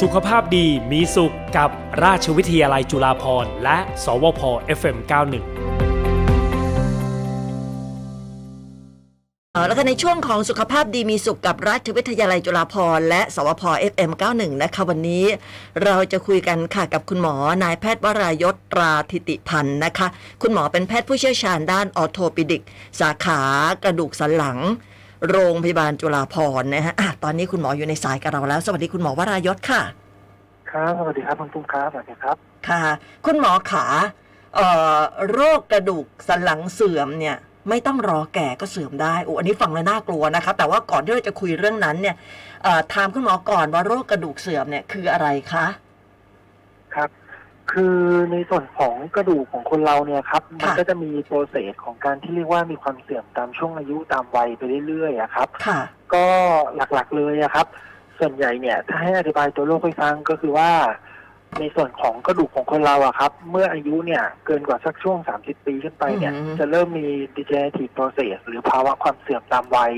สุขภาพดีมีสุขกับราชวิทยาลัยจุฬาภรณ์และ สวพ FM91 เอ่อแล้วก็ในช่วงของสุขภาพดีมีสุขกับรัฐวิทยาลัยจุฬาภรณ์และ สวพ FM91 นะคะวันนี้เราจะคุยกันค่ะกับคุณหมอนายแพทย์วรายศตราธิติพันธ์นะคะ คุณหมอเป็นแพทย์ผู้เชี่ยวชาญด้านออโทปิดิก สาขากระดูกสันหลัง โรงพยาบาลจุฬาภรณ์นะฮะอ่ะตอนนี้คุณหมออยู่ในสายกับเราแล้ว สวัสดีคุณหมอวรายศค่ะ ครับสวัสดีครับคุณตุ้มครับสวัสดีครับ ค่ะ คุณหมอขาเอ่อโรคกระดูกสันหลังเสื่อมเนี่ย ไม่ต้องรอแก่ก็เสื่อมได้โอ้อันนี้ฟังแล้วน่ากลัวนะคะแต่ว่าก่อนที่เราจะคุยเรื่องนั้นเนี่ยเอ่อถามคุณหมอก่อนว่าโรคกระดูกเสื่อมเนี่ยคืออะไรคะ ครับ คือในส่วนของกระดูกของคนเราเนี่ยครับ มันก็จะมีโปรเซสของการที่เรียกว่ามีความเสื่อมตามช่วงอายุตามวัยไปเรื่อยๆอะครับ ค่ะ ก็หลักๆเลยอะครับ ส่วนใหญ่เนี่ยถ้าให้อธิบายตัวโรคให้ฟังก็คือว่า ในส่วนของกระดูกของคนเราอะครับ เมื่ออายุเนี่ยเกินกว่าสักช่วง 30 ปีขึ้นไปเนี่ย อืม จะเริ่มมี degenerative process หรือภาวะความเสื่อมตามวัย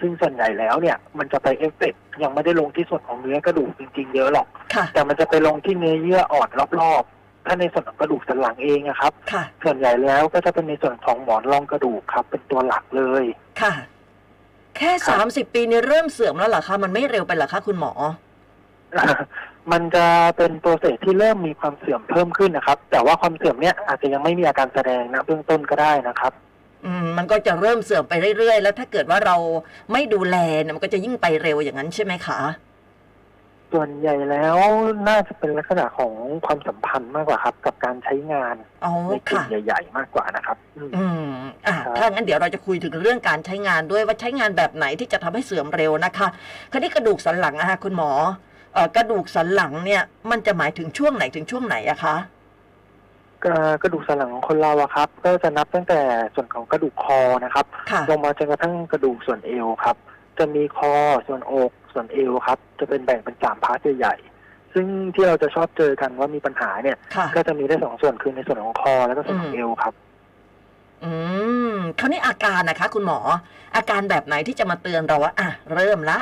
ซึ่งส่วนใหญ่แล้วเนี่ย มันจะไปเอฟเฟกต์ยังไม่ได้ลงที่ส่วนของเนื้อกระดูกจริงๆเยอะหรอก ค่ะ แต่มันจะไปลงที่เนื้อเยื่ออ่อนรอบๆ ถ้าในส่วนของกระดูกสันหลังเองนะครับ ค่ะ ส่วนใหญ่แล้วก็จะเป็นในส่วนของหมอนรองกระดูกครับ เป็นตัวหลักเลย ค่ะ แค่ ครับ สามสิบปีนี่เริ่มเสื่อมแล้วเหรอคะมันไม่เร็วไปเหรอคะคุณหมอ มันจะเป็นโปรเซสที่เริ่มมีความเสื่อมเพิ่มขึ้นนะครับ แต่ว่าความเสื่อมเนี้ยอาจจะยังไม่มีอาการแสดงนะเบื้องต้นก็ได้นะครับ อืมมันก็จะเริ่มเสื่อมไปเรื่อยๆ แล้วถ้าเกิดว่าเราไม่ดูแลเนี่ยมันก็จะยิ่งไปเร็วอย่างนั้นใช่ไหมคะ ส่วนใหญ่แล้วน่าจะเป็นลักษณะของความสัมพันธ์มากกว่าครับ กับการใช้งาน อ๋อ ในกลุ่ม ค่ะ ใหญ่ ๆ มากกว่านะครับอืม อืมอ่ะ ครับ ถ้างั้นเดี๋ยวเราจะคุยถึงเรื่องการใช้งานด้วยว่าใช้งานแบบไหนที่จะทำให้เสื่อมเร็วนะคะคราวนี้กระดูกสันหลังอะค่ะคุณหมอเอ่อกระดูกสันหลังเนี่ย มันจะหมายถึงช่วงไหนถึงช่วงไหนอะคะ กระกระดูกสันหลังของคนเราอะครับ ก็จะนับตั้งแต่ส่วนของกระดูกคอนะครับ ค่ะ ลงมาจนกระทั่งกระดูกส่วนเอวครับ จะมีคอส่วนอกส่วนเอวครับ จะเป็นแบ่งเป็นสามพาร์ทใหญ่ๆซึ่งที่เราจะชอบเจอกันว่ามีปัญหาเนี่ย ค่ะ ก็จะมีได้สองส่วนคือในส่วนของคอ แล้วก็ส่วนของ อืม เอวครับ อืมคราวนี้อาการนะคะ คุณหมอ อาการแบบไหนที่จะมาเตือนเราว่าอ่ะเริ่มละ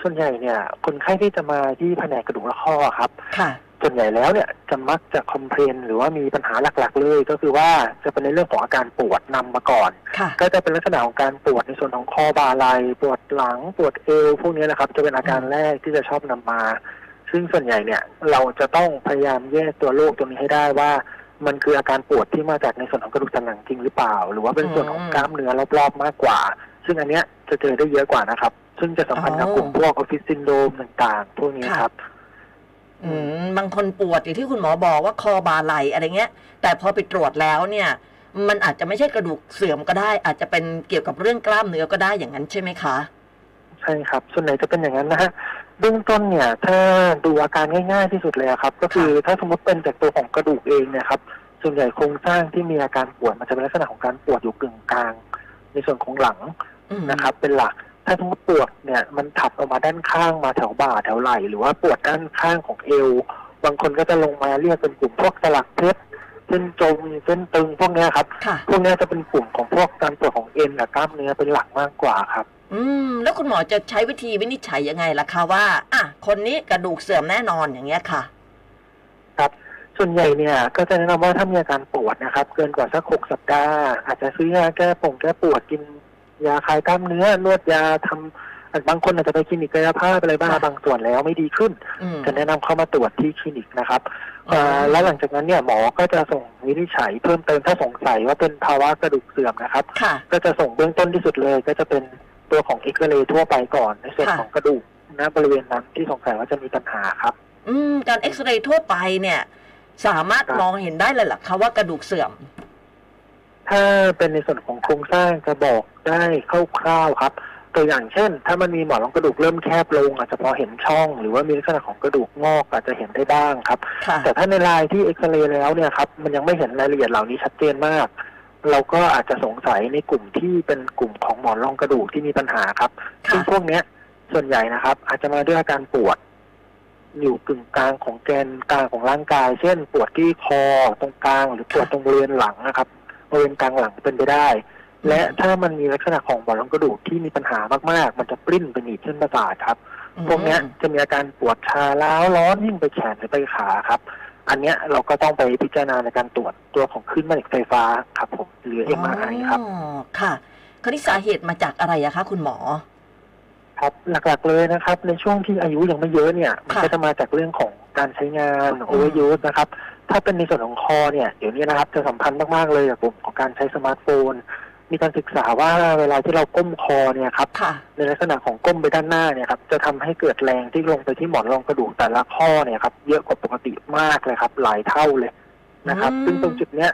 ส่วนใหญ่เนี่ยคนไข้ที่จะมาที่แผนกกระดูกและข้อครับ ค่ะ ส่วนใหญ่แล้วเนี่ยจะมักจะคอมเพลนหรือว่ามีปัญหาหลักๆเลย ก็คือว่าจะเป็นในเรื่องของอาการปวดนำมาก่อน ค่ะ ก็จะเป็นลักษณะของการปวดในส่วนของคอบ่าไหล่ปวดหลังปวดเอวพวกนี้นะครับ จะเป็นอาการแรกที่จะชอบนำมา ซึ่งส่วนใหญ่เนี่ย เราจะต้องพยายามแยกตัวโรคตรงนี้ให้ได้ว่า มันคืออาการปวดที่มาจากในส่วนของกระดูกสันหลังจริงหรือเปล่า หรือว่าเป็นส่วนของ อืม กล้ามเนื้อรอบๆมากกว่า ซึ่งอันเนี้ยจะเจอได้เยอะกว่านะครับ ซึ่งจะสัมพันธ์กับ อ๋อ กลุ่มพวกออฟฟิศซินโดรมต่างๆ พวกนี้ครับ อืมบางคนปวดอย่างที่คุณหมอบอกว่าคอบ่าไหลอะไรเงี้ย แต่พอไปตรวจแล้วเนี่ย มันอาจจะไม่ใช่กระดูกเสื่อมก็ได้ อาจจะเป็นเกี่ยวกับเรื่องกล้ามเนื้อก็ได้อย่างนั้นใช่ไหมคะ ใช่ครับ ส่วนไหนจะเป็นอย่างนั้นนะฮะเบื้องต้นเนี่ย ถ้าดูอาการง่ายๆที่สุดเลยอะครับ ก็คือถ้าสมมติเป็นจากตัวของกระดูกเองเนี่ยครับ ส่วนใหญ่โครงสร้างที่มีอาการปวดมันจะเป็นลักษณะของการปวดอยู่กึ่งกลาง ในส่วนของหลัง อืม นะครับ เป็นหลัก ถ้าสมมติปวดเนี่ยมันถัดออกมาด้านข้างมาแถวบ่าแถวไหล่หรือว่าปวดด้านข้างของเอว บางคนก็จะลงมาเรียกเป็นกลุ่มพวกสลักเพชรเส้นจมเส้นตึงพวกเนี้ยครับ ค่ะ พวกเนี้ยจะเป็นกลุ่มของพวกการปวดของเอ็นกับกล้ามเนื้อเป็นหลักมากกว่าครับ อืม แล้วคุณหมอจะใช้วิธีวินิจฉัยยังไงล่ะคะว่า อ่ะ คนนี้กระดูกเสื่อมแน่นอนอย่างเงี้ยค่ะ ส่วนใหญ่เนี่ยก็จะแนะนำว่าถ้ามีอาการปวดนะครับ เกินกว่าสักหกสัปดาห์ อาจจะซื้อยาแก้ปงแก้ปวดกินยาคลายกล้ามเนื้อนวดยาทำอาจบางคนอาจจะไปคลินิกกายภาพอะไรบ้าง ค่ะ บางส่วนแล้วไม่ดีขึ้น อืม จะแนะนำเข้ามาตรวจที่คลินิกนะครับเอ่อ อืม แล้วหลังจากนั้นเนี่ยหมอก็จะส่งวินิจฉัยเพิ่มเติมถ้าสงสัยว่าเป็นภาวะกระดูกเสื่อมนะครับ ค่ะ ก็จะส่งเบื้องต้นที่สุดเลย ก็จะเป็นตัวของเอ็กซเรย์ทั่วไปก่อน ในส่วน ค่ะ ของกระดูกณบริเวณนั้นที่สงสัยว่าจะมีปัญหาครับ อืม การเอ็กซเรย์ทั่วไปเนี่ย สามารถ ครับ มองเห็นได้เลยเหรอคะว่ากระดูกเสื่อม ถ้าเป็นในส่วนของโครงสร้างจะบอกได้คร่าวๆครับ ตัวอย่างเช่น ถ้ามันมีหมอนรองกระดูกเริ่มแคบลง อาจจะพอเห็นช่อง หรือว่ามีลักษณะของกระดูกงอกอาจจะเห็นได้บ้างครับ ค่ะ แต่ถ้าในรายที่เอ็กซเรย์แล้วเนี่ยครับมันยังไม่เห็นรายละเอียดเหล่านี้ชัดเจนมาก เราก็อาจจะสงสัยในกลุ่มที่เป็นกลุ่มของหมอนรองกระดูกที่มีปัญหาครับ ซึ่ง ค่ะ พวกเนี้ยส่วนใหญ่นะครับ อาจจะมาด้วยอาการปวด อยู่กึ่งกลางของแกนกลางของร่างกาย เช่น ปวดที่คอตรงกลาง หรือปวดตรงบริเวณหลังนะครับบริเวณกลางหลังเป็นไปได้ และถ้ามันมีลักษณะของหมอนรองกระดูกที่มีปัญหามากๆ มันจะปริ้นไปหนีบเส้นประสาทครับ อืม พวกเนี้ยจะมีอาการปวดชาล้าวร้อนยิ่งไปแขนหรือไปขาครับ อันเนี้ยเราก็ต้องไปพิจารณาในการตรวจตัวของขึ้นแม่เหล็กไฟฟ้าครับผมหรือ MRI ครับ อ๋อค่ะคราวนี้สาเหตุมาจากอะไรอะคะคุณหมอ ครับหลักๆเลยนะครับ ในช่วงที่อายุยังไม่เยอะเนี่ยมัน ค่ะ ก็จะมาจากเรื่องของการใช้งาน อืม โอเวอร์ยูสนะครับ ถ้าเป็นในส่วนของคอเนี่ยเดี๋ยวนี้นะครับจะสัมพันธ์มากๆเลยกับกลุ่มของการใช้สมาร์ทโฟน มีการศึกษาว่าเวลาที่เราก้มคอเนี่ยครับ ค่ะ ในลักษณะของก้มไปด้านหน้าเนี่ยครับจะทำให้เกิดแรงที่ลงไปที่หมอนรองกระดูกแต่ละข้อเนี่ยครับเยอะกว่าปกติมากเลยครับ หลายเท่าเลยนะครับ อืม ซึ่งตรงจุดเนี้ย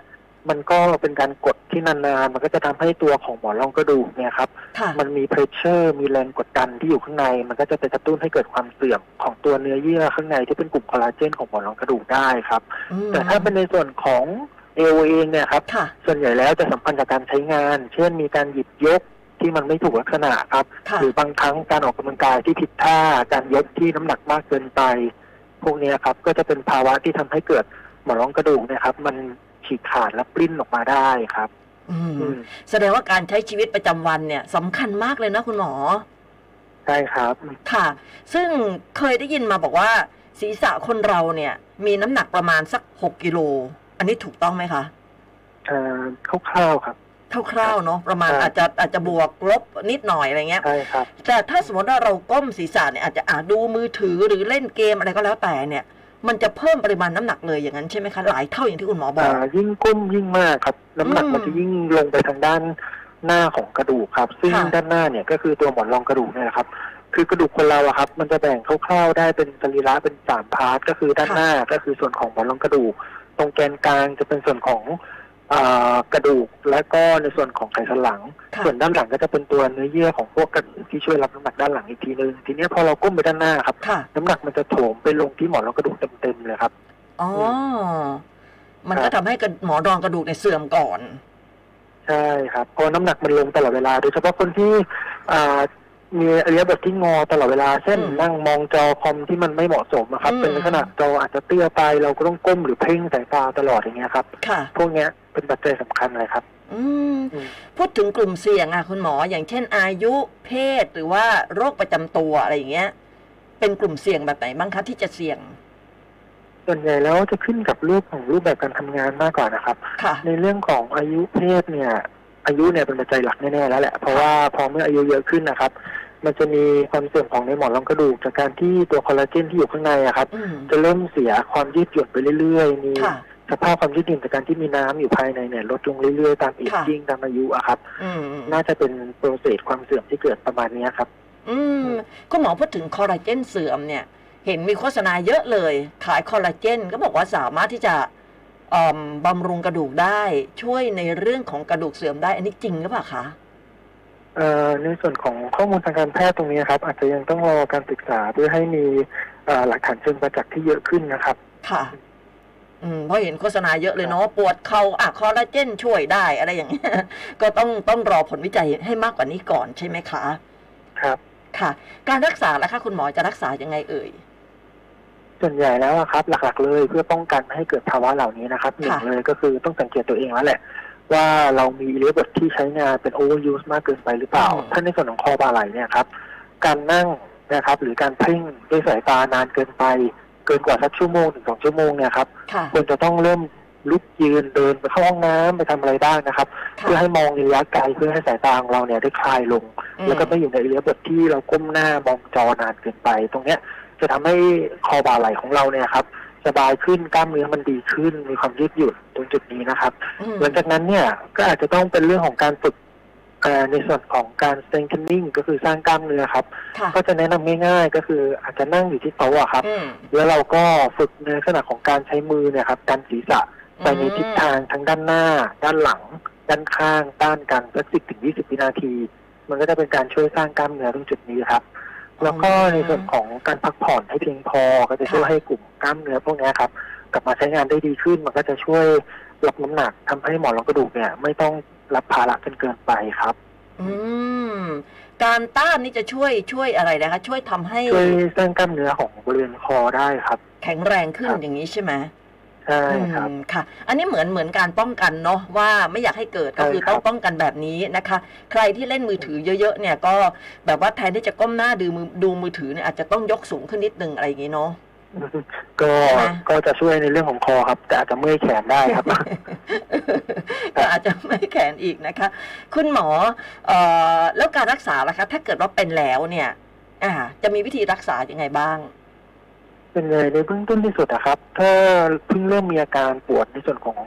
มันก็เป็นการกดที่นานๆมันก็จะทำให้ตัวของหมอนรองกระดูกเนี่ยครับ ค่ะ มันมีเพรสเชอร์มีแรงกดดันที่อยู่ข้างใน มันก็จะไปกระตุ้นให้เกิดความเสื่อมของตัวเนื้อเยื่อข้างในที่เป็นกลุ่มคอลลาเจนของหมอนรองกระดูกได้ครับ อืม แต่ถ้าเป็นในส่วนของเอวเองเนี่ยครับ ค่ะ ส่วนใหญ่แล้วจะสัมพันธ์กับการใช้งาน เช่นมีการหยิบยกที่มันไม่ถูกลักษณะครับ ค่ะ หรือบางครั้งการออกกำลังกายที่ผิดท่าการยกที่น้ำหนักมากเกินไป พวกเนี้ยครับก็จะเป็นภาวะที่ทำให้เกิดหมอนรองกระดูกเนะครับ มันฉีกขาดและปลิ้นออกมาได้ครับ อืม อืม แสดงว่าการใช้ชีวิตประจำวันเนี่ยสำคัญมากเลยนะคุณหมอ ใช่ครับ ค่ะ ซึ่งเคยได้ยินมาบอกว่า ศีรษะคนเราเนี่ย มีน้ำหนักประมาณสัก 6กิโล อันนี้ถูกต้องไหมคะ เอ่อคร่าวๆครับ คร่าวๆเนาะประมาณ ใช่ อาจจะอาจจะบวกลบนิดหน่อยอะไรเงี้ย ใช่ครับ แต่ถ้าสมมติว่าเราก้มศีรษะเนี่ยอาจจะอาดูมือถือหรือเล่นเกมอะไรก็แล้วแต่เนี่ย มันจะเพิ่มปริมาณน้ำหนักเลยอย่างนั้นใช่ไหมคะหลายเท่าอย่างที่คุณหมอบอก อ่ายิ่งก้มยิ่งมากครับ น้ำหนัก อืม มันจะยิ่งลงไปทางด้านหน้าของกระดูกครับ ซึ่ง ค่ะ ด้านหน้าเนี่ยก็คือตัวหมอนรองกระดูกเนี่ยนะครับ คือกระดูกคนเราอะครับ มันจะแบ่งคร่าวๆได้เป็นสรีระเป็นสามพาร์ทก็คือด้านหน้าก็คือส่วนของหมอนรองกระดูก ตรงแกนกลางจะเป็นส่วนของอ่ากระดูกและก็ในส่วนของไขสันหลัง ค่ะ ส่วนด้านหลังก็จะเป็นตัวเนื้อเยื่อของพวกกระดูกที่ช่วยรับน้ำหนักด้านหลังอีกทีนึงทีเนี้ยพอเราก้มไปด้านหน้าครับ ค่ะ น้ำหนักมันจะโถมไปลงที่หมอนรองกระดูกเต็มๆเลยครับ อ๋อมัน ครั ก็ บ ทำให้กระหมอรองกระดูกเนี่ยเสื่อมก่อน ใช่ครับเพราะน้ำหนักมันลงตลอดเวลา โดยเฉพาะคนที่อ่ามีอริยบทที่งอตลอดเวลา เช่น อืม นั่งมองจอคอมที่มันไม่เหมาะสมอะครับ อืม เป็นลักษณะจออาจจะเตี้ยไปเราก็ต้องก้มหรือเพ่งสายตาตลอดอย่างเงี้ยครับ ค่ะ พวกเนี้ยเป็นปัจจัยสำคัญเลยครับ อืม อืม พูดถึงกลุ่มเสี่ยงอะคุณหมออย่างเช่น อายุเพศหรือว่าโรคประจำตัวอะไรอย่างเงี้ย เป็นกลุ่มเสี่ยงแบบไหนบ้างคะที่จะเสี่ยง ส่วนใหญ่แล้วจะขึ้นกับรูปของรูปแบบการทำงานมากกว่านะครับ ค่ะ ในเรื่องของอายุเพศเนี่ย อายุเนี่ยเป็นปัจจัยหลักแน่ๆแล้วแหละ เพราะว่าพอเมื่ออายุเยอะขึ้นนะครับ มันจะมีความเสื่อมของในหมอนรองกระดูก จากการที่ตัวคอลลาเจนที่อยู่ข้างในอะครับ อืม จะเริ่มเสียความยืดหยุ่นไปเรื่อยๆ มี ค่ะ สภาพความยืดหยุ่นจากการที่มีน้ำอยู่ภายในเนี่ยลดลงเรื่อยๆ ตามเอจ ค่ะ จิ้งตามอายุอะครับ อืมอืม น่าจะเป็นโปรเซสความเสื่อมที่เกิดประมาณเนี้ยครับ อืมคุณหมอพูดถึงคอลลาเจนเสื่อมเนี่ย เห็นมีโฆษณาเยอะเลย ขายคอลลาเจนก็บอกว่าสามารถที่จะเอิ่มบำรุงกระดูกได้ช่วยในเรื่องของกระดูกเสื่อมได้ อันนี้จริงหรือเปล่าคะ เอ่อในส่วนของข้อมูลทางการแพทย์ตรงนี้ครับ อาจจะยังต้องรอการศึกษาเพื่อให้มีเอ่อหลักฐานเชิงประจักษ์ที่เยอะขึ้นนะครับ ค่ะ อืมเพราะเห็นโฆษณาเยอะเลยเนาะปวดเขา่าอ่ะคอลลาเจนช่วยได้อะไรอย่างเงี้ย ก็ต้องต้องรอผลวิจัยให้มากกว่านี้ก่อนใช่ไหมคะ ครับ ค่ะ การรักษาล่ะคะคุณหมอจะรักษายังไงเอ่ย ส่วนใหญ่แล้วอะครับ หลักๆเลยเพื่อป้องกันไม่ให้เกิดภาวะเหล่านี้นะครับหนึ่งเลยก็คือต้องสังเกตตัวเองแล้วแหละ ว่าเรามีเลือบทที่ใช้งานเป็นโอเวอร์ยูสมากเกินไปหรือเปล่า อืม ถ้าในส่วนของคอบ่าไหล่เนี่ยครับ การนั่งนะครับ หรือการเพ่งด้วยสายตานานเกินไป เกินกว่าสักชั่วโมงถึงสองชั่วโมงเนี่ยครับ ค่ะ ควรจะต้องเริ่มลุกยืนเดินไปเข้าห้องน้ำไปทำอะไรบ้างนะครับ ค่ะ เพื่อให้มองในระยะไกลเพื่อให้สายตาของเราเนี่ยได้คลายลง อื แล้วก็ไม่อยู่ในเรือบทที่เราก้มหน้ามองจอนานเกินไป ตรงเนี้ยจะทำให้คอบ่าไหล่ของเราเนี่ยครับสบายขึ้นกล้ามเนื้อมันดีขึ้น มีความยืดหยุ่นตรงจุดนี้นะครับ อืม หลังจากนั้นเนี่ยก็อาจจะต้องเป็นเรื่องของการฝึกเอ่อในส่วนของการ strengthening ก็คือสร้างกล้ามเนื้อครับ ค่ะ ก็จะแนะนำง่ายๆ ก็คืออาจจะนั่งอยู่ที่โต๊ะอะครับ อืม แล้วเราก็ฝึกในลักษณะของการใช้มือเนี่ยครับการศีรษะ ไปในทิศทางทั้งด้านหน้า ด้านหลัง ด้านข้าง ด้านกันสักสิบถึงยี่สิบวินาที มันก็จะเป็นการช่วยสร้างกล้ามเนื้อตรงจุดนี้ครับ แล้วก็ในส่วนของการพักผ่อนให้เพียงพอ ก็จะช่วยให้กลุ่มกล้ามเนื้อพวกเนี้ยครับ กลับมาใช้งานได้ดีขึ้น มันก็จะช่วยลดน้ำหนักทำให้หมอนรองกระดูกเนี่ย ไม่ต้องรับภาระจนเกินไปครับ อืมการต้านนี่จะช่วยช่วยอะไรนะคะ ช่วยทำให้ ช่วยสร้างกล้ามเนื้อของบริเวณคอได้ครับ แข็งแรงขึ้น ครับ อย่างนี้ใช่ไหม ใช่ อืม ครับ ค่ะ อันนี้เหมือนเหมือนการป้องกันเนาะว่าไม่อยากให้เกิดก็ ใช่ คือ ครับ ต้องป้องกันแบบนี้นะคะ ใครที่เล่นมือถือเยอะๆเนี่ยก็แบบว่าแทนที่จะก้มหน้าดูมือดูมือถือเนี่ยอาจจะต้องยกสูงขึ้นนิดนึงอะไรอย่างงี้เนาะ ก็ ใช่ไหม ก็จะช่วยในเรื่องของคอครับ แต่อาจจะเมื่อยแขนได้ครับ ก็อาจจะไม่แขนอีกนะคะ คุณหมอเอ่อแล้วการรักษาล่ะคะ ถ้าเกิดว่าเป็นแล้วเนี่ยอ่าจะมีวิธีรักษายังไงบ้าง เป็นไงในเบื้องต้นที่สุดนะครับ ถ้าเพิ่งเริ่มมีอาการปวดในส่วนของ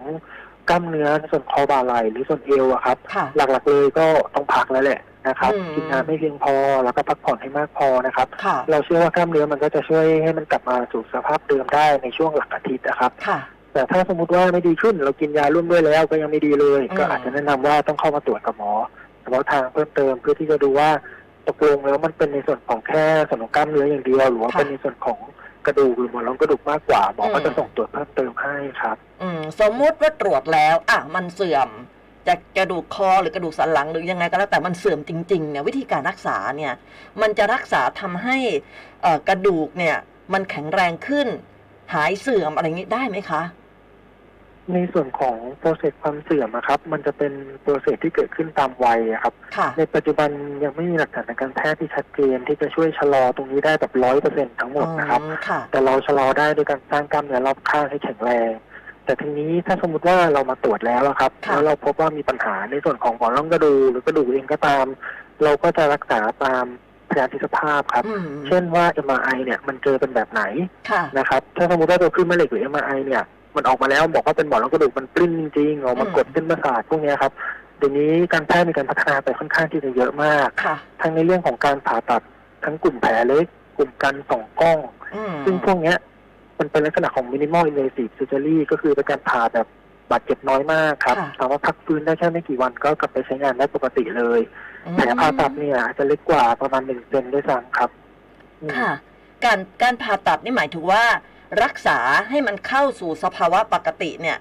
กล้ามเนื้อในส่วนคอบ่าไหล่หรือส่วนเอวอะครับ ค่ะ หลักๆเลยก็ต้องพักแล้วแหละนะครับ อืม กินน้ำให้เพียงพอแล้วก็พักผ่อนให้มากพอนะครับ ค่ะ เราเชื่อว่ากล้ามเนื้อมันก็จะช่วยให้มันกลับมาสู่สภาพเดิมได้ในช่วงหลักอาทิตย์นะครับ ค่ะ แต่ถ้าสมมติว่าไม่ดีขึ้น เรากินยาร่วมด้วยแล้วก็ยังไม่ดีเลย อืม ก็อาจจะแนะนำว่าต้องเข้ามาตรวจกับหมอเฉพาะทางเพิ่มเติมเพื่อที่จะดูว่าตกลงแล้วมันเป็นในส่วนของแค่ส่วนของกล้ามเนื้ออย่างเดียว หรือว่าเป็นในส่วนของกระดูกหรือหมอนรองกระดูกมากกว่าหมอก็จะส่งตรวจเพิ่มเติมให้ครับ อืมสมมุติว่าตรวจแล้ว อ่ะมันเสื่อมจากกระดูกคอหรือกระดูกสันหลังหรือยังไงก็แล้วแต่มันเสื่อมจริงๆเนี่ยวิธีการรักษาเนี่ย มันจะรักษาทำให้เอ่อกระดูกเนี่ย มันแข็งแรงขึ้น หายเสื่อมอะไรอย่างนี้ได้ไหมคะ ในส่วนของโปรเซสความเสื่อมอะครับ มันจะเป็นโปรเซสที่เกิดขึ้นตามวัยอะครับ ค่ะ ในปัจจุบันยังไม่มีหลักฐานทางการแพทย์ที่ชัดเจนที่จะช่วยชะลอตรงนี้ได้แบบร้อยเปอร์เซ็นทั้งหมดนะครับ อ๋อค่ะ แต่เราชะลอได้โดยการสร้างกล้ามเนื้อรอบข้างให้แข็งแรง แต่ทีนี้ถ้าสมมติว่าเรามาตรวจแล้วอะครับ ค่ะ แล้วเราพบว่ามีปัญหาในส่วนของหมอนรองกระดูกหรือกระดูกเองก็ตาม เราก็จะรักษาตามพยาธิสภาพครับ อืม เช่นว่า MRI เนี่ยมันเจอเป็นแบบไหน ค่ะ นะครับ ถ้าสมมติว่าเราขึ้นแม่เหล็กหรือ MRI เนี่ย มันออกมาแล้วบอกว่าเป็นหมอนรองกระดูกมันปลิ้นจริงๆออกมา อืม กดเส้นประสาทพวกเนี้ยครับเดี๋ยวนี้การแพทย์มีการพัฒนาไปค่อนข้างที่จะเยอะมาก ค่ะ ทั้งในเรื่องของการผ่าตัดทั้งกลุ่มแผลเล็กกลุ่มการส่องกล้อง อืม ซึ่งพวกเนี้ยมันเป็นลักษณะของ minimal invasive surgery ก็คือเป็นการผ่าแบบบาดเจ็บน้อยมากครับถามว่าพักฟื้นได้แค่ไม่กี่วันก็กลับไปใช้งานได้ปกติเลย อืม แผลผ่าตัดเนี่ยอาจจะเล็กกว่าประมาณหนึ่งเซนด้วยซ้ำครับอืม ค่ะ การการผ่าตัดนี่หมายถึงว่า รักษาให้มันเข้าสู่สภาวะปกติเนี่ย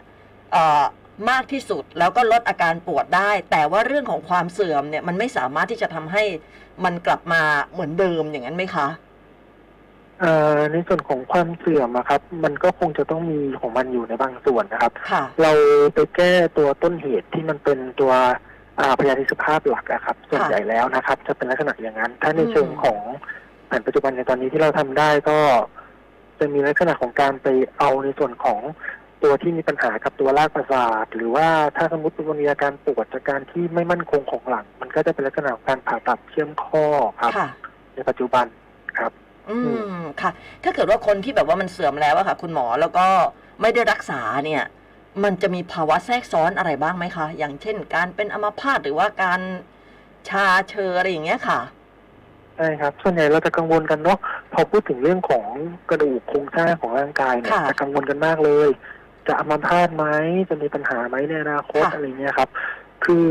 เอ่อมากที่สุดแล้วก็ลดอาการปวดได้ แต่ว่าเรื่องของความเสื่อมเนี่ยมันไม่สามารถที่จะทำให้มันกลับมาเหมือนเดิมอย่างนั้นไหมคะ เอ่อในส่วนของความเสื่อมอะครับ มันก็คงจะต้องมีของมันอยู่ในบางส่วนนะครับ ค่ะ เราไปแก้ตัวต้นเหตุที่มันเป็นตัวอ่าพยาธิสภาพหลักอะครับ ส่วน ค่ะ ใหญ่แล้วนะครับ จะเป็นลักษณะอย่างนั้น ถ้าใน อืม เชิงของแผนปัจจุบันในตอนนี้ที่เราทำได้ก็ จะมีลักษณะของการไปเอาในส่วนของตัวที่มีปัญหากับตัวรากประสาท หรือว่าถ้าสมมติมันมีอาการปวดจากการที่ไม่มั่นคงของหลัง มันก็จะเป็นลักษณะของการผ่าตัดเชื่อมข้อครับ ค่ะ ในปัจจุบันครับ อืมค่ะ ถ้าเกิดว่าคนที่แบบว่ามันเสื่อมแล้วอะค่ะ คุณหมอแล้วก็ไม่ได้รักษาเนี่ย มันจะมีภาวะแทรกซ้อนอะไรบ้างไหมคะ อย่างเช่น การเป็นอัมพาตหรือว่าการชาเชออะไรอย่างเงี้ยค่ะ ใช่ครับ ส่วนใหญ่เราจะกังวลกันเนาะ พอพูดถึงเรื่องของกระดูกโครงสร้างของร่างกายเนี่ย ค่ะ จะกังวลกันมากเลย จะอัมพาตไหม จะมีปัญหาไหมในอนาคต ค่ะ อะไรเงี้ยครับ คือ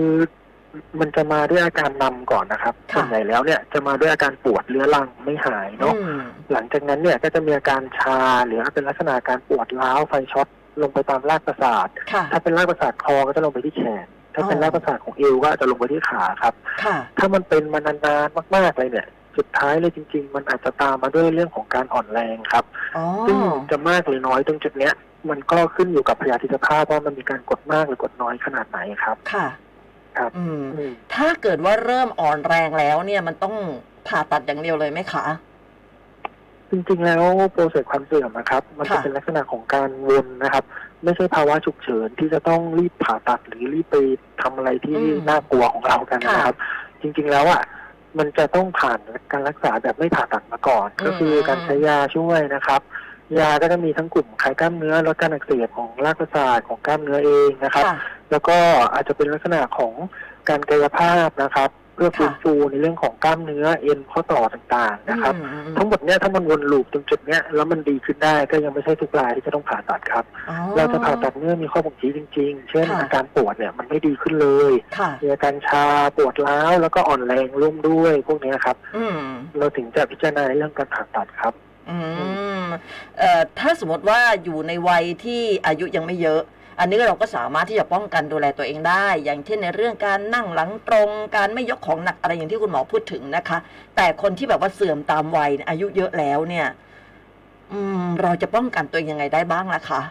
มันจะมาด้วยอาการนำก่อนนะครับ ค่ะ ส่วนใหญ่แล้วเนี่ยจะมาด้วยอาการปวดเรื้อรังไม่หายเนาะ อืม หลังจากนั้นเนี่ยก็จะมีอาการชาหรือเป็นลักษณะการปวดร้าวไฟช็อตลงไปตามรากประสาท ค่ะ ถ้าเป็นรากประสาทคอก็จะลงไปที่แขน ถ้าเป็น อ๋อ รากประสาทของเอวก็อาจจะลงไปที่ขาครับ ค่ะ ถ้ามันเป็นมานานๆมากๆเลยเนี่ย สุดท้ายเลยจริง ๆ มันอาจจะตามมาด้วยเรื่องของการอ่อนแรงครับ อ๋อ ซึ่งจะมากหรือน้อยตรงจุดเนี้ย มันก็ขึ้นอยู่กับพยาธิสภาพว่ามันมีการกดมากหรือกดน้อยขนาดไหนครับ ค่ะ ครับ อืม อืม ถ้าเกิดว่าเริ่มอ่อนแรงแล้วเนี่ยมันต้องผ่าตัดอย่างเดียวเลยไหมคะ จริงๆแล้วโปรเซสความเสื่อมนะครับ มันจะ ค่ะ เป็นลักษณะของการวนนะครับ ไม่ใช่ภาวะฉุกเฉินที่จะต้องรีบผ่าตัดหรือรีบไปทำอะไรที่น่ากลัวของเรากันนะครับ จริงๆแล้วอ่ะมันจะต้องผ่านการรักษาแบบไม่ผ่าตัดมาก่อน ก็คือการใช้ยาช่วยนะครับ ยาก็จะมีทั้งกลุ่มคลายกล้ามเนื้อลดการอักเสบของรากประสาทของกล้ามเนื้อเองนะครับ ค่ะ แล้วก็อาจจะเป็นลักษณะของการกายภาพนะครับ เพื่อฟื้น ค่ะ ฟูในเรื่องของกล้ามเนื้อเอ็นข้อต่อต่างๆนะครับ อืม ทั้งหมดเนี่ยถ้ามันวนลูปตรงจุดเนี้ยแล้วมันดีขึ้นได้ก็ยังไม่ใช่ทุกรายที่จะต้องผ่าตัดครับ อ๋อ เราจะผ่าตัดเมื่อมีข้อบ่งชี้จริง ๆ เช่น ค่ะ อาการปวดเนี่ยมันไม่ดีขึ้นเลย ค่ะ มีอาการชาปวดร้าวแล้วก็อ่อนแรงร่วมด้วย พวกเนี้ยครับ อืม เราถึงจะพิจารณาเรื่องการผ่าตัดครับ อืมเอ่อถ้าสมมติว่าอยู่ในวัยที่อายุยังไม่เยอะ อันนี้เราก็สามารถที่จะป้องกันดูแลตัวเองได้ อย่างเช่นในเรื่องการนั่งหลังตรง การไม่ยกของหนักอะไรอย่างที่คุณหมอพูดถึงนะคะ แต่คนที่แบบว่าเสื่อมตามวัยเนี่ยอายุเยอะแล้วเนี่ย อืม เราจะป้องกันตัวเองยังไงได้บ้างล่ะคะ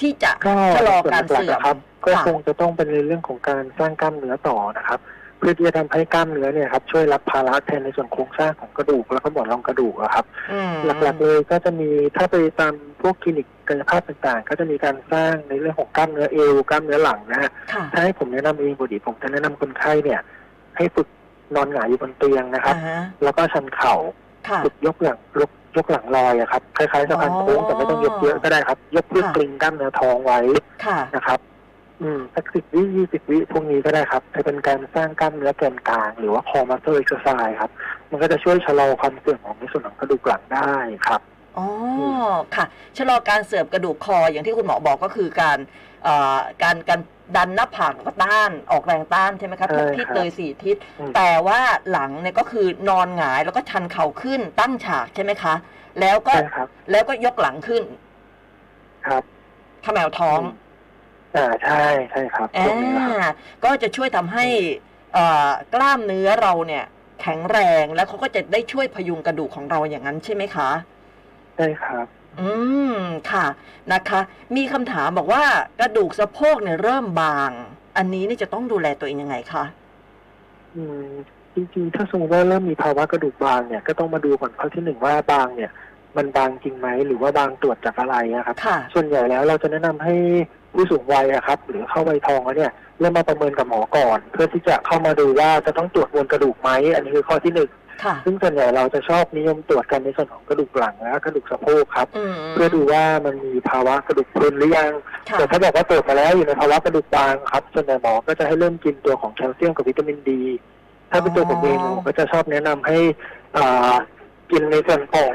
ที่จะ ก็ ชะลอ ส่วน การ หลัก เสื่ ๆ อม นะครับ ก็ ค่ะ คงจะต้องเป็นในเรื่องของการสร้างกล้ามเนื้อต่อนะครับ เพื่อที่จะทำให้กล้ามเนื้อเนี่ยครับช่วยรับภาระแทนในส่วนโครงสร้างของกระดูกแล้วก็หมอนรองกระดูกอะครับ อืม หลักๆเลยก็จะมีถ้าไปตามพวกคลินิกกายภาพต่างๆ ก็จะมีการสร้างในเรื่องของกล้ามเนื้อเอวกล้ามเนื้อหลังนะฮะ ค่ะ ถ้าให้ผมแนะนำเองปกติผมจะแนะนำคนไข้เนี่ย ให้ฝึกนอนหงายอยู่บนเตียงนะครับ อ่าฮะ แล้วก็ชันเข่า ค่ะ ฝึกยกหลังยกยกหลังลอยอะครับคล้ายๆสะพานโค้งแต่ไม่ต้องยกเยอะก็ได้ครับ ยกเพื่อ ค่ะ กลึงกล้ามเนื้อท้องไว้ ค่ะ นะครับ อืมสักสิบวิยี่สิบวิพวกนี้ก็ได้ครับ จะเป็นการสร้างกล้ามเนื้อแกนกลาง หรือว่า core muscle exercise ครับ มันก็จะช่วยชะลอความเสื่อมของในส่วนของกระดูกหลังได้ครับ อ๋อ ค่ะ ชะลอการเสื่อมกระดูกคออย่างที่คุณหมอบอกก็คือการเอ่อการการดันหน้าผากแล้วก็ต้านออกแรงต้านใช่ไหมครับ ใช่ ทุ คกรับ ทิศเลยสี่ทิศ อืม แต่ว่าหลังเนี่ยก็คือนอนหงายแล้วก็ชันเข่าขึ้นตั้งฉากใช่ไหมคะ แล้วก็ ใช่ครับ แล้วก็ยกหลังขึ้น ครับ เขมาวท้อง มอ่าใช่ใช่ครับ อ่า พวกนี้นะครับ ก็จะช่วยทำให้เอ่อกล้ามเนื้อเราเนี่ย แข็งแรงแล้วเขาก็จะได้ช่วยพยุงกระดูกของเราอย่างนั้นใช่ไหมคะ ใช่ครับ อืม ค่ะนะคะ มีคำถามบอกว่ากระดูกสะโพกเนี่ยเริ่มบาง อันนี้เนี่ยจะต้องดูแลตัวเองยังไงคะ อืมจริงๆ ถ้าสมมติว่าเริ่มมีภาวะกระดูกบางเนี่ย ก็ต้องมาดูก่อนข้อที่หนึ่งว่าบางเนี่ย มันบางจริงไหม หรือว่าบางตรวจจากอะไรนะครับ ค่ะ ส่วนใหญ่แล้วเราจะแนะนำให้ผู้สูงวัยอะครับ หรือเข้าวัยทองแล้วเนี่ยเริ่มมาประเมินกับหมอก่อน เพื่อที่จะเข้ามาดูว่าจะต้องตรวจมวลกระดูกไหมอันนี้คือข้อที่หนึ่ง ค่ะ ซึ่งส่วนใหญ่เราจะชอบนิยมตรวจกันในส่วนของกระดูกหลังและกระดูกสะโพกครับ อืม เพื่อดูว่ามันมีภาวะกระดูกพรุนหรือยัง ค่ะ แต่ถ้าบอกว่าตรวจมาแล้วอยู่ในภาวะกระดูกบางครับส่วนใหญ่หมอก็จะให้เริ่มกินตัวของแคลเซียมกับวิตามินดี ถ้าเป็นตัวผมเอง อ๋อ ผมก็จะชอบแนะนำให้อ่ากินในส่วนของ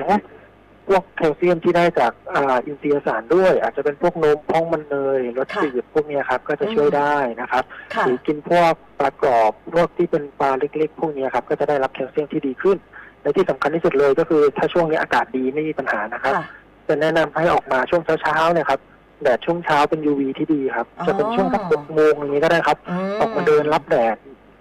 พวกแคลเซียมที่ได้จากอ่าอินทรียสารด้วย อาจจะเป็นพวกนมพองมันเนยรสจืดพวกเนี้ยครับ ก็จะช่วยได้นะครับ ค่ะ หรือกินพวกปลากรอบพวกที่เป็นปลาเล็กๆ พวกเนี้ยครับก็จะได้รับแคลเซียมที่ดีขึ้นและที่สำคัญที่สุดเลยก็คือถ้าช่วงนี้อากาศดีไม่มีปัญหานะครับ ค่ะ จะแนะนำให้ออกมาช่วงเช้าๆเนะครับแดดช่วงเช้าเป็น UV ที่ดีครับ อ๋อ จะเป็นช่วงสักหกโมงอย่างนี้ก็ได้ครับ อื ออกมาเดินรับแดด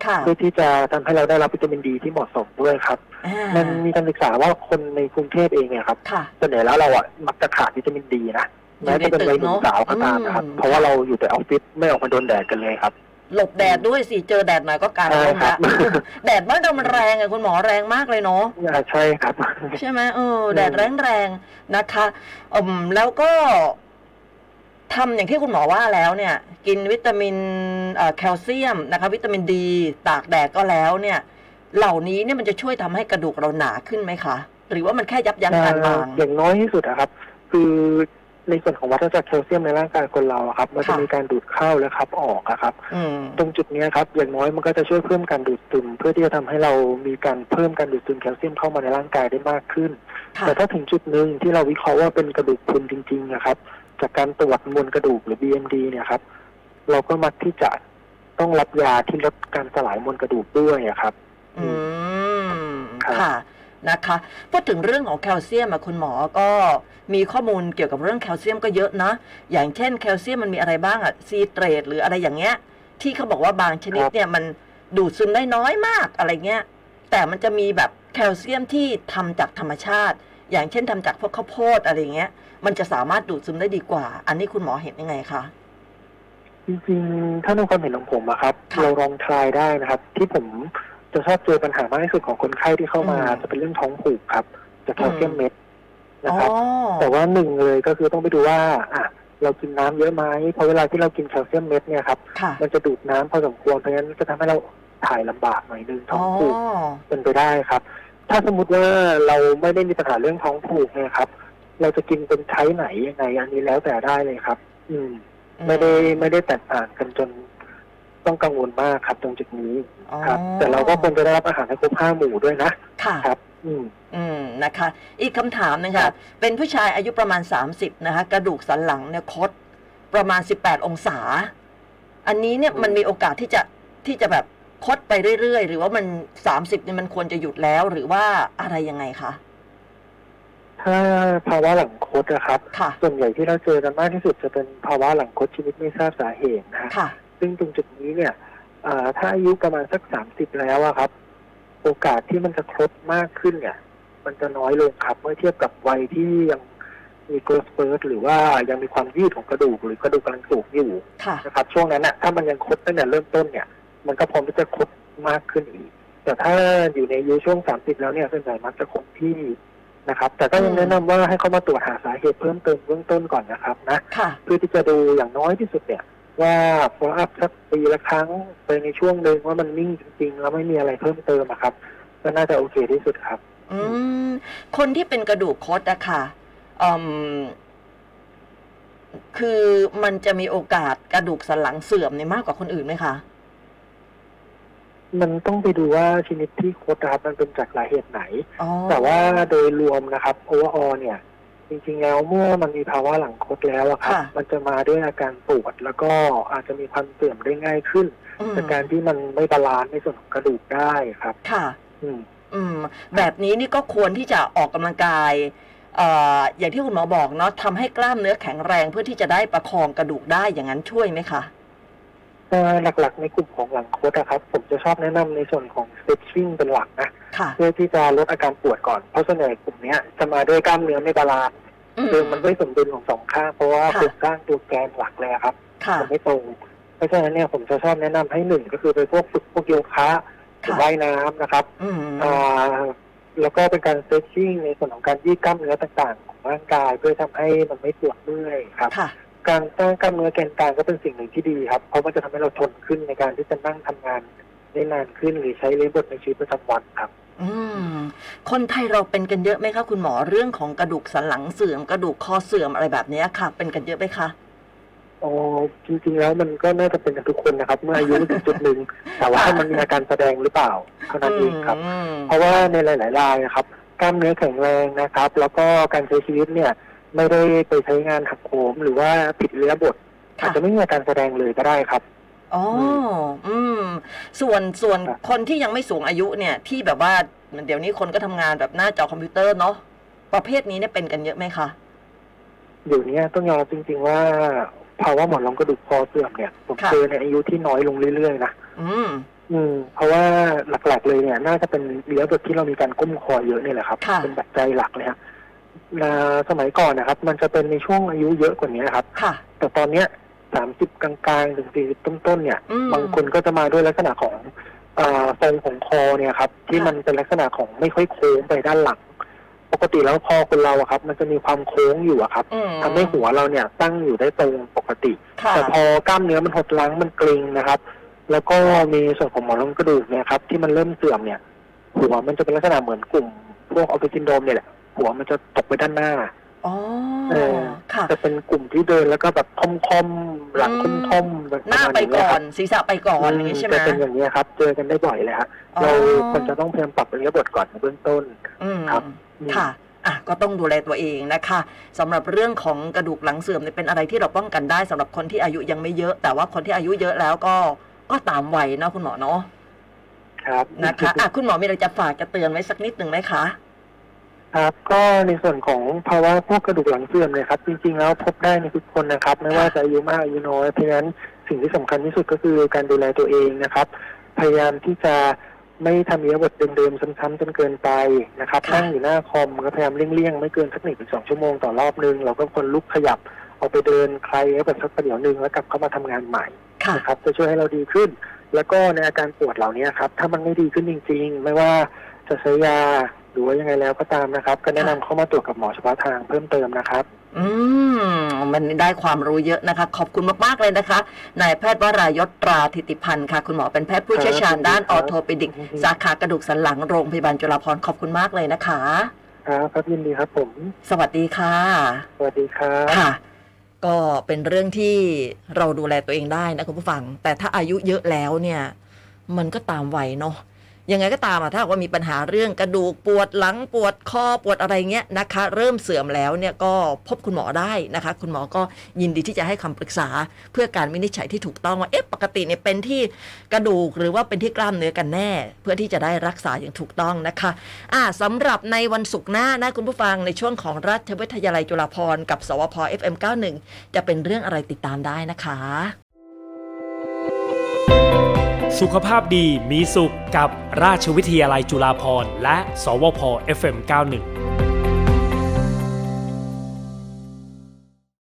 ค่ะ เพื่อที่จะทำให้เราได้รับวิตามินดีที่เหมาะสมด้วยครับ อ่า มันมีการศึกษาว่าคนในกรุงเทพเองเนี่ยครับ ค่ะ ส่วนใหญ่แล้วเราอ่ะมักจะขาดวิตามินดีนะแม้จะเป็นวัยหนุ่มสาวก็ตามนะครับ อืม เพราะว่าเราอยู่แต่ออฟฟิศไม่ออกมาโดนแดดกันเลยครับ หลบแดดด้วยสิ เจอแดดหน่อยก็กลายเป็นลม ใช่ครั ละ บ แดดบ้านเรามันแรงอะคุณหมอแรงมากเลยเนาะ อ่าใช่ครับ ใช่ไหมเออแดดแรงแรงๆนะคะอืมแล้วก็ทำอย่างที่คุณหมอว่าแล้วเนี่ย กินวิตามินเอ่อแคลเซียมนะคะ วิตามินดี ตากแดดก็แล้วเนี่ย เหล่านี้เนี่ยมันจะช่วยทำให้กระดูกเราหนาขึ้นไหมคะ หรือว่ามันแค่ยับยั้งการบาง อย่างน้อยที่สุดอะครับ คือในส่วนของวัฏจักรแคลเซียมในร่างกายคนเราอะครับ มันจะ ค่ะ มีการดูดเข้าและขับออกอะครับ อืม ตรงจุดเนี้ยครับ อย่างน้อยมันก็จะช่วยเพิ่มการดูดซึมเพื่อที่จะทำให้เรามีการเพิ่มการดูดซึมแคลเซียมเข้ามาในร่างกายได้มากขึ้น ค่ะ แต่ถ้าถึงจุดหนึ่งที่เราวิเคราะห์ว่าเป็นกระดูกพรุนจริงๆนะครับ จากการตรวจมวลกระดูกหรือ BMD เนี่ยครับ เราก็มักที่จะต้องรับยาที่ลดการสลายมวลกระดูกด้วยอะครับ อืม ครับ ค่ะ นะคะ พูดถึงเรื่องของแคลเซียมอะคุณหมอก็มีข้อมูลเกี่ยวกับเรื่องแคลเซียมก็เยอะนะ อย่างเช่นแคลเซียมมันมีอะไรบ้างอะซีเตรตหรืออะไรอย่างเงี้ย ที่เขาบอกว่าบางชนิดเนี่ยมันดูดซึมได้น้อยมากอะไรเงี้ย แต่มันจะมีแบบแคลเซียมที่ทำจากธรรมชาติ อย่างเช่นทำจากพวกข้าวโพดอะไรเงี้ย มันจะสามารถดูดซึมได้ดีกว่า อันนี้คุณหมอเห็นยังไงคะ จริงๆ ถ้าในความเห็นของผมอะครับ ค่ะ เราลองทายได้นะครับ ที่ผมจะชอบเจอปัญหามากที่สุดของคนไข้ที่เข้ามา อืม จะเป็นเรื่องท้องผูกครับจากแคลเซียม อืม เม็ดนะ อ๋อ ครับ แต่ว่าหนึ่งเลยก็คือต้องไปดูว่าอ่ะเรากินน้ำเยอะไหมเพราะเวลาที่เรากินแคลเซียมเม็ดเนี่ยครับ ค่ะ มันจะดูดน้ำพอสมควรเพราะฉะนั้นจะทำให้เราถ่ายลำบากหน่อยนึงท้ อ๋ อง อ ผูกเป็นไปได้ครับ ถ้าสมมติว่าเราไม่ได้มีปัญหาเรื่องท้องผูกเนี่ยครับ เราจะกินเป็นใช้ไหนยังไงอันนี้แล้วแต่ได้เลยครับ อืม ไม่ได้ไม่ได้แตกต่างกันจนต้องกังวลมากครับตรงจุดนี้ครับ อ๋อ แต่เราก็ควรจะได้รับอาหารให้ครบห้าหมู่ด้วยนะ ค่ะ ครับ อืม อืมนะคะ อีกคำถามหนึง ครั ค่ะ บ เป็นผู้ชายอายุประมาณ 30 นะคะ กระดูกสันหลังเนี่ยคดประมาณ 18 องศา อันนี้เนี่ยมันมีโอกาสที่จะที่จะแบบคดไปเรื่อยๆ หรือว่ามัน 30เนี่ยมันควรจะหยุดแล้วหรือว่าอะไรยังไงคะ ถ้าภาวะหลังคดนะครับ ค่ะ ส่วนใหญ่ที่เราเจอกันมากที่สุดจะเป็นภาวะหลังคดชนิดไม่ทราบสาเหตุนะฮะ ค่ะ ซึ่งตรงจุดนี้เนี่ยเอ่อถ้าอายุประมาณสักสามสิบแล้วอะครับ โอกาสที่มันจะคดมากขึ้นเนี่ย มันจะน้อยลงครับ เมื่อเทียบกับวัยที่ยัง มี growth spurt หรือว่ายังมีความยืดของกระดูก หรือกระดูกกำลังสูงอยู่ ค่ะ นะครับ ช่วงนั้นน่ะถ้ามันยังคดตั้งแต่เริ่มต้นเนี่ย มันก็พร้อมที่จะคดมากขึ้นอีก แต่ถ้าอยู่ในอายุช่วง 30 แล้วเนี่ยส่วนใหญ่มักจะคงที่นะครับ แต่ก็ยั อื ง ม แนะนำว่าให้เขามาตรวจหาสาเหตุเพิ่มเติมเบื้องต้นก่อนนะครับนะ ค่ะ เพื่อที่จะดูอย่างน้อยที่สุดเนี่ย ว่า follow up สักปีละครั้งไปในช่วงหนึ่งว่ามันนิ่งจริงๆ แล้วไม่มีอะไรเพิ่มเติมอะครับก็น่าจะโอเคที่สุดครับ อืม คนที่เป็นกระดูกคดอะค่ะอืมคือมันจะมีโอกาสกระดูกสันหลังเสื่อมเนี่ยมากกว่าคนอื่นไหมคะ มันต้องไปดูว่าชนิดที่โคตรนะครับมันเป็นจากสาเหตุไหน อ๋อ แต่ว่าโดยรวมนะครับโอเวอร์เนี่ย จริงๆแล้วเมื่อมันมีภาวะหลังคดแล้วอะครับ มันจะมาด้วยอาการปวดแล้วก็อาจจะมีความเสื่อมได้ง่ายขึ้น อืม จากการที่มันไม่บาลานซ์ในส่วนของกระดูกได้ครับ ค่ะ อืม อืม แบบนี้นี่ก็ควรที่จะออกกำลังกายเอ่ออย่างที่คุณหมอบอกเนาะทำให้กล้ามเนื้อแข็งแรงเพื่อที่จะได้ประคองกระดูกได้อย่างนั้นช่วยไหมคะ เอ่อหลักๆ ในกลุ่มของหลังคดนะครับ ผมจะชอบแนะนำในส่วนของ stretching เป็นหลักนะ ค่ะ เพื่อที่จะลดอาการปวดก่อน เพราะส่วนใหญ่กลุ่มเนี้ยจะมาด้วยกล้ามเนื้อไม่บาลานซ์ อื คือมันไม่สมดุลของสองข้าง เพราะว่าโครงสร้างตัวแกนหลักเลยอะครับ ค่ะ มันไม่ตรง เพราะฉะนั้นเนี่ยผมจะชอบแนะนำให้หนึ่งก็คือไปพวกฝึกพวกโยคะหรือ ค่ะ ว่ายน้ำนะครับ อืม อ่าแล้วก็เป็นการ stretching ในส่วนของการยืดกล้ามเนื้อต่างๆ ของร่างกายเพื่อทำให้มันไม่ปวดเมื่อยครับ ค่ะ การสร้างกล้ามเนื้อแกนกลางก็เป็นสิ่งหนึ่งที่ดีครับ เพราะมันจะทำให้เราทนขึ้นในการที่จะนั่งทำงานได้นานขึ้นหรือใช้เลี้ยงบทในชีวิตประจำวันครับ อืม คนไทยเราเป็นกันเยอะไหมคะคุณหมอเรื่องของกระดูกสันหลังเสื่อม กระดูกคอเสื่อมอะไรแบบเนี้ยค่ะ เป็นกันเยอะไหมคะ อ๋อจริงๆแล้วมันก็น่าจะเป็นกับทุกคนนะครับ เมื่ออายุถึงจุดหนึ่ง แต่ว่ามันมีอาการแสดงหรือเปล่าเท่านั้นเองครับ อืม เพราะว่าในหลาย ๆ รายนะครับกล้ามเนื้อแข็งแรงนะครับ แล้วก็การใช้ชีวิตเนี่ย ไม่ได้ไปใช้งานหักโหมหรือว่าผิดเรือบท ค่ะ อาจจะไม่มีอาการแสดงเลยก็ได้ครับ อ๋อ อืม ส่วนส่วน ครับ คนที่ยังไม่สูงอายุเนี่ย ที่แบบว่าเดี๋ยวนี้คนก็ทำงานแบบหน้าจอคอมพิวเตอร์เนาะ ประเภทนี้เนี่ยเป็นกันเยอะไหมคะ เดี๋ยวนี้ต้องยอมรับจริง ๆ ว่าภาวะหมอนรองกระดูกคอเสื่อมเนี่ย ผม ค่ะ เจอในอายุที่น้อยลงเรื่อย ๆ นะ อืม อืม เพราะว่าหลักๆเลยเนี่ย น่าจะเป็นเลี้ยวแบบที่เรามีการก้มคอเยอะเนี่ยแหละครับ ค่ะ เป็นปัจจัยหลักเลยครับอ่าสมัยก่อนนะครับ มันจะเป็นในช่วงอายุเยอะกว่านี้ครับ ค่ะ แต่ตอนเนี้ยสามสิบกลางๆถึงสี่สิบต้นๆเนี่ย อืม บางคนก็จะมาด้วยลักษณะของอ่าทรงของคอเนี่ยครับ ที่ ค่ะ มันเป็นลักษณะของไม่ค่อยโค้งไปด้านหลัง ปกติแล้วคอคนเราอะครับ มันจะมีความโค้งอยู่อะครับ อืม ทำให้หัวเราเนี่ยตั้งอยู่ได้ตรงปกติ ค่ะ แต่พอกล้ามเนื้อมันหดลังมันเกร็งนะครับ แล้วก็มีส่วนของหมอนรองกระดูกเนี่ยครับที่มันเริ่มเสื่อมเนี่ย หัวมันจะเป็นลักษณะเหมือนกลุ่มพวกออฟฟิศซินโดรมเนี่ยแหละหัวมันจะตกไปด้านหน้า อ๋อ เออ ค่ะ จะเป็นกลุ่มที่เดินแล้วก็แบบค่อมๆหลัง อืม ค่อมๆแบบ หน้า ระมณ ไปก่อน เย ศีรษะไป ค ก่อน รับ อย่างนี้ใช่ไหม จะเป็นอย่างนี้ยครับ เจอกันได้บ่อยเลยฮะ อ๋อ เราควรจะต้องพยายามปรับเรียบทก่อนในเบื้องต้น อืม ครับ อืม ค่ะ อ่ะ ก็ต้องดูแลตัวเองนะคะสำหรับเรื่องของกระดูกหลังเสื่อมเนี่ยเป็นอะไรที่เราป้องกันได้สำหรับคนที่อายุยังไม่เยอะ แต่ว่าคนที่อายุเยอะแล้วก็ก็ตามวัยเนาะคุณหมอเนาะ ครับ นะคะ อ่ะ คุณหมอมีอะไรจะฝากจะเตือนไว้สักนิดหนึ่งไหมคะ ครับก็ในส่วนของภาวะพวกกระดูกหลังเสื่อมเนยครับ จริงๆแล้วพบได้ในทุกคนนะครับ ไม่ว่าจะอายุมากอายุน้อยเพราะฉะนั้นสิ่งที่สำคัญที่สุดก็คือการดูแลตัวเองนะครับ พยายามที่จะไม่ทำเยอะบทเดิมๆซ้ำๆจนเกินไปนะครับ ค่ะ นั่งอยู่หน้าคอมก็พยายามเลี่ยงๆไม่เกินสักหนึ่งถึงสองชั่วโมงต่อรอบนึงเราก็ควรลุกขยับออกไปเดินใครแบบสักประเดี๋ยวนึงแล้วกลับเข้ามาทำงานใหม่ ค่ะ นะครับจะช่วยให้เราดีขึ้น แล้วก็ในอาการปวดเหล่านี้ครับ ถ้ามันไม่ดีขึ้นจริง ๆ ไม่ว่าจะใช้ยาหรือว่ายังไงแล้วก็ตามนะครับ ก็แนะนำเข้ามาตรวจกับหมอเฉพาะทางเพิ่มเติมนะครับ อืม มันได้ความรู้เยอะนะคะ ขอบคุณมาก ๆ เลยนะคะ นายแพทย์วรายศตราธิติพันธ์ค่ะ คุณหมอเป็นแพทย์ผู้เชี่ยวชาญด้านอครั อบ โทปิดิก อืม สาขากระดูกสันหลังโรงพยาบาลจุฬาภรณ์ขอบคุณมากเลยนะคะ ครับครับยินดีครับผม สวัสดีค่ะ สวัสดีครับ ค่ะ ก็เป็นเรื่องที่เราดูแลตัวเองได้นะคุณผู้ฟัง แต่ถ้าอายุเยอะแล้วเนี่ย มันก็ตามวัยเนาะยังไงก็ตามอะถ้าหากว่ามีปัญหาเรื่องกระดูกปวดหลังปวดคอปวดอะไรเงี้ยนะคะ เริ่มเสื่อมแล้วเนี่ยก็พบคุณหมอได้นะคะ คุณหมอก็ยินดีที่จะให้คำปรึกษาเพื่อการวินิจฉัยที่ถูกต้องว่าเอ๊ะปกติเนี่ยเป็นที่กระดูกหรือว่าเป็นที่กล้ามเนื้อกันแน่ เพื่อที่จะได้รักษาอย่างถูกต้องนะคะ อ่าสำหรับในวันศุกร์หน้านะคุณผู้ฟังในช่วงของราชวิทยาลัยจุฬาภรณ์กับ สวพ FM91 จะเป็นเรื่องอะไรติดตามได้นะคะ สุขภาพดีมีสุขกับราชวิทยาลัยจุฬาภรณ์และ สวพ FM91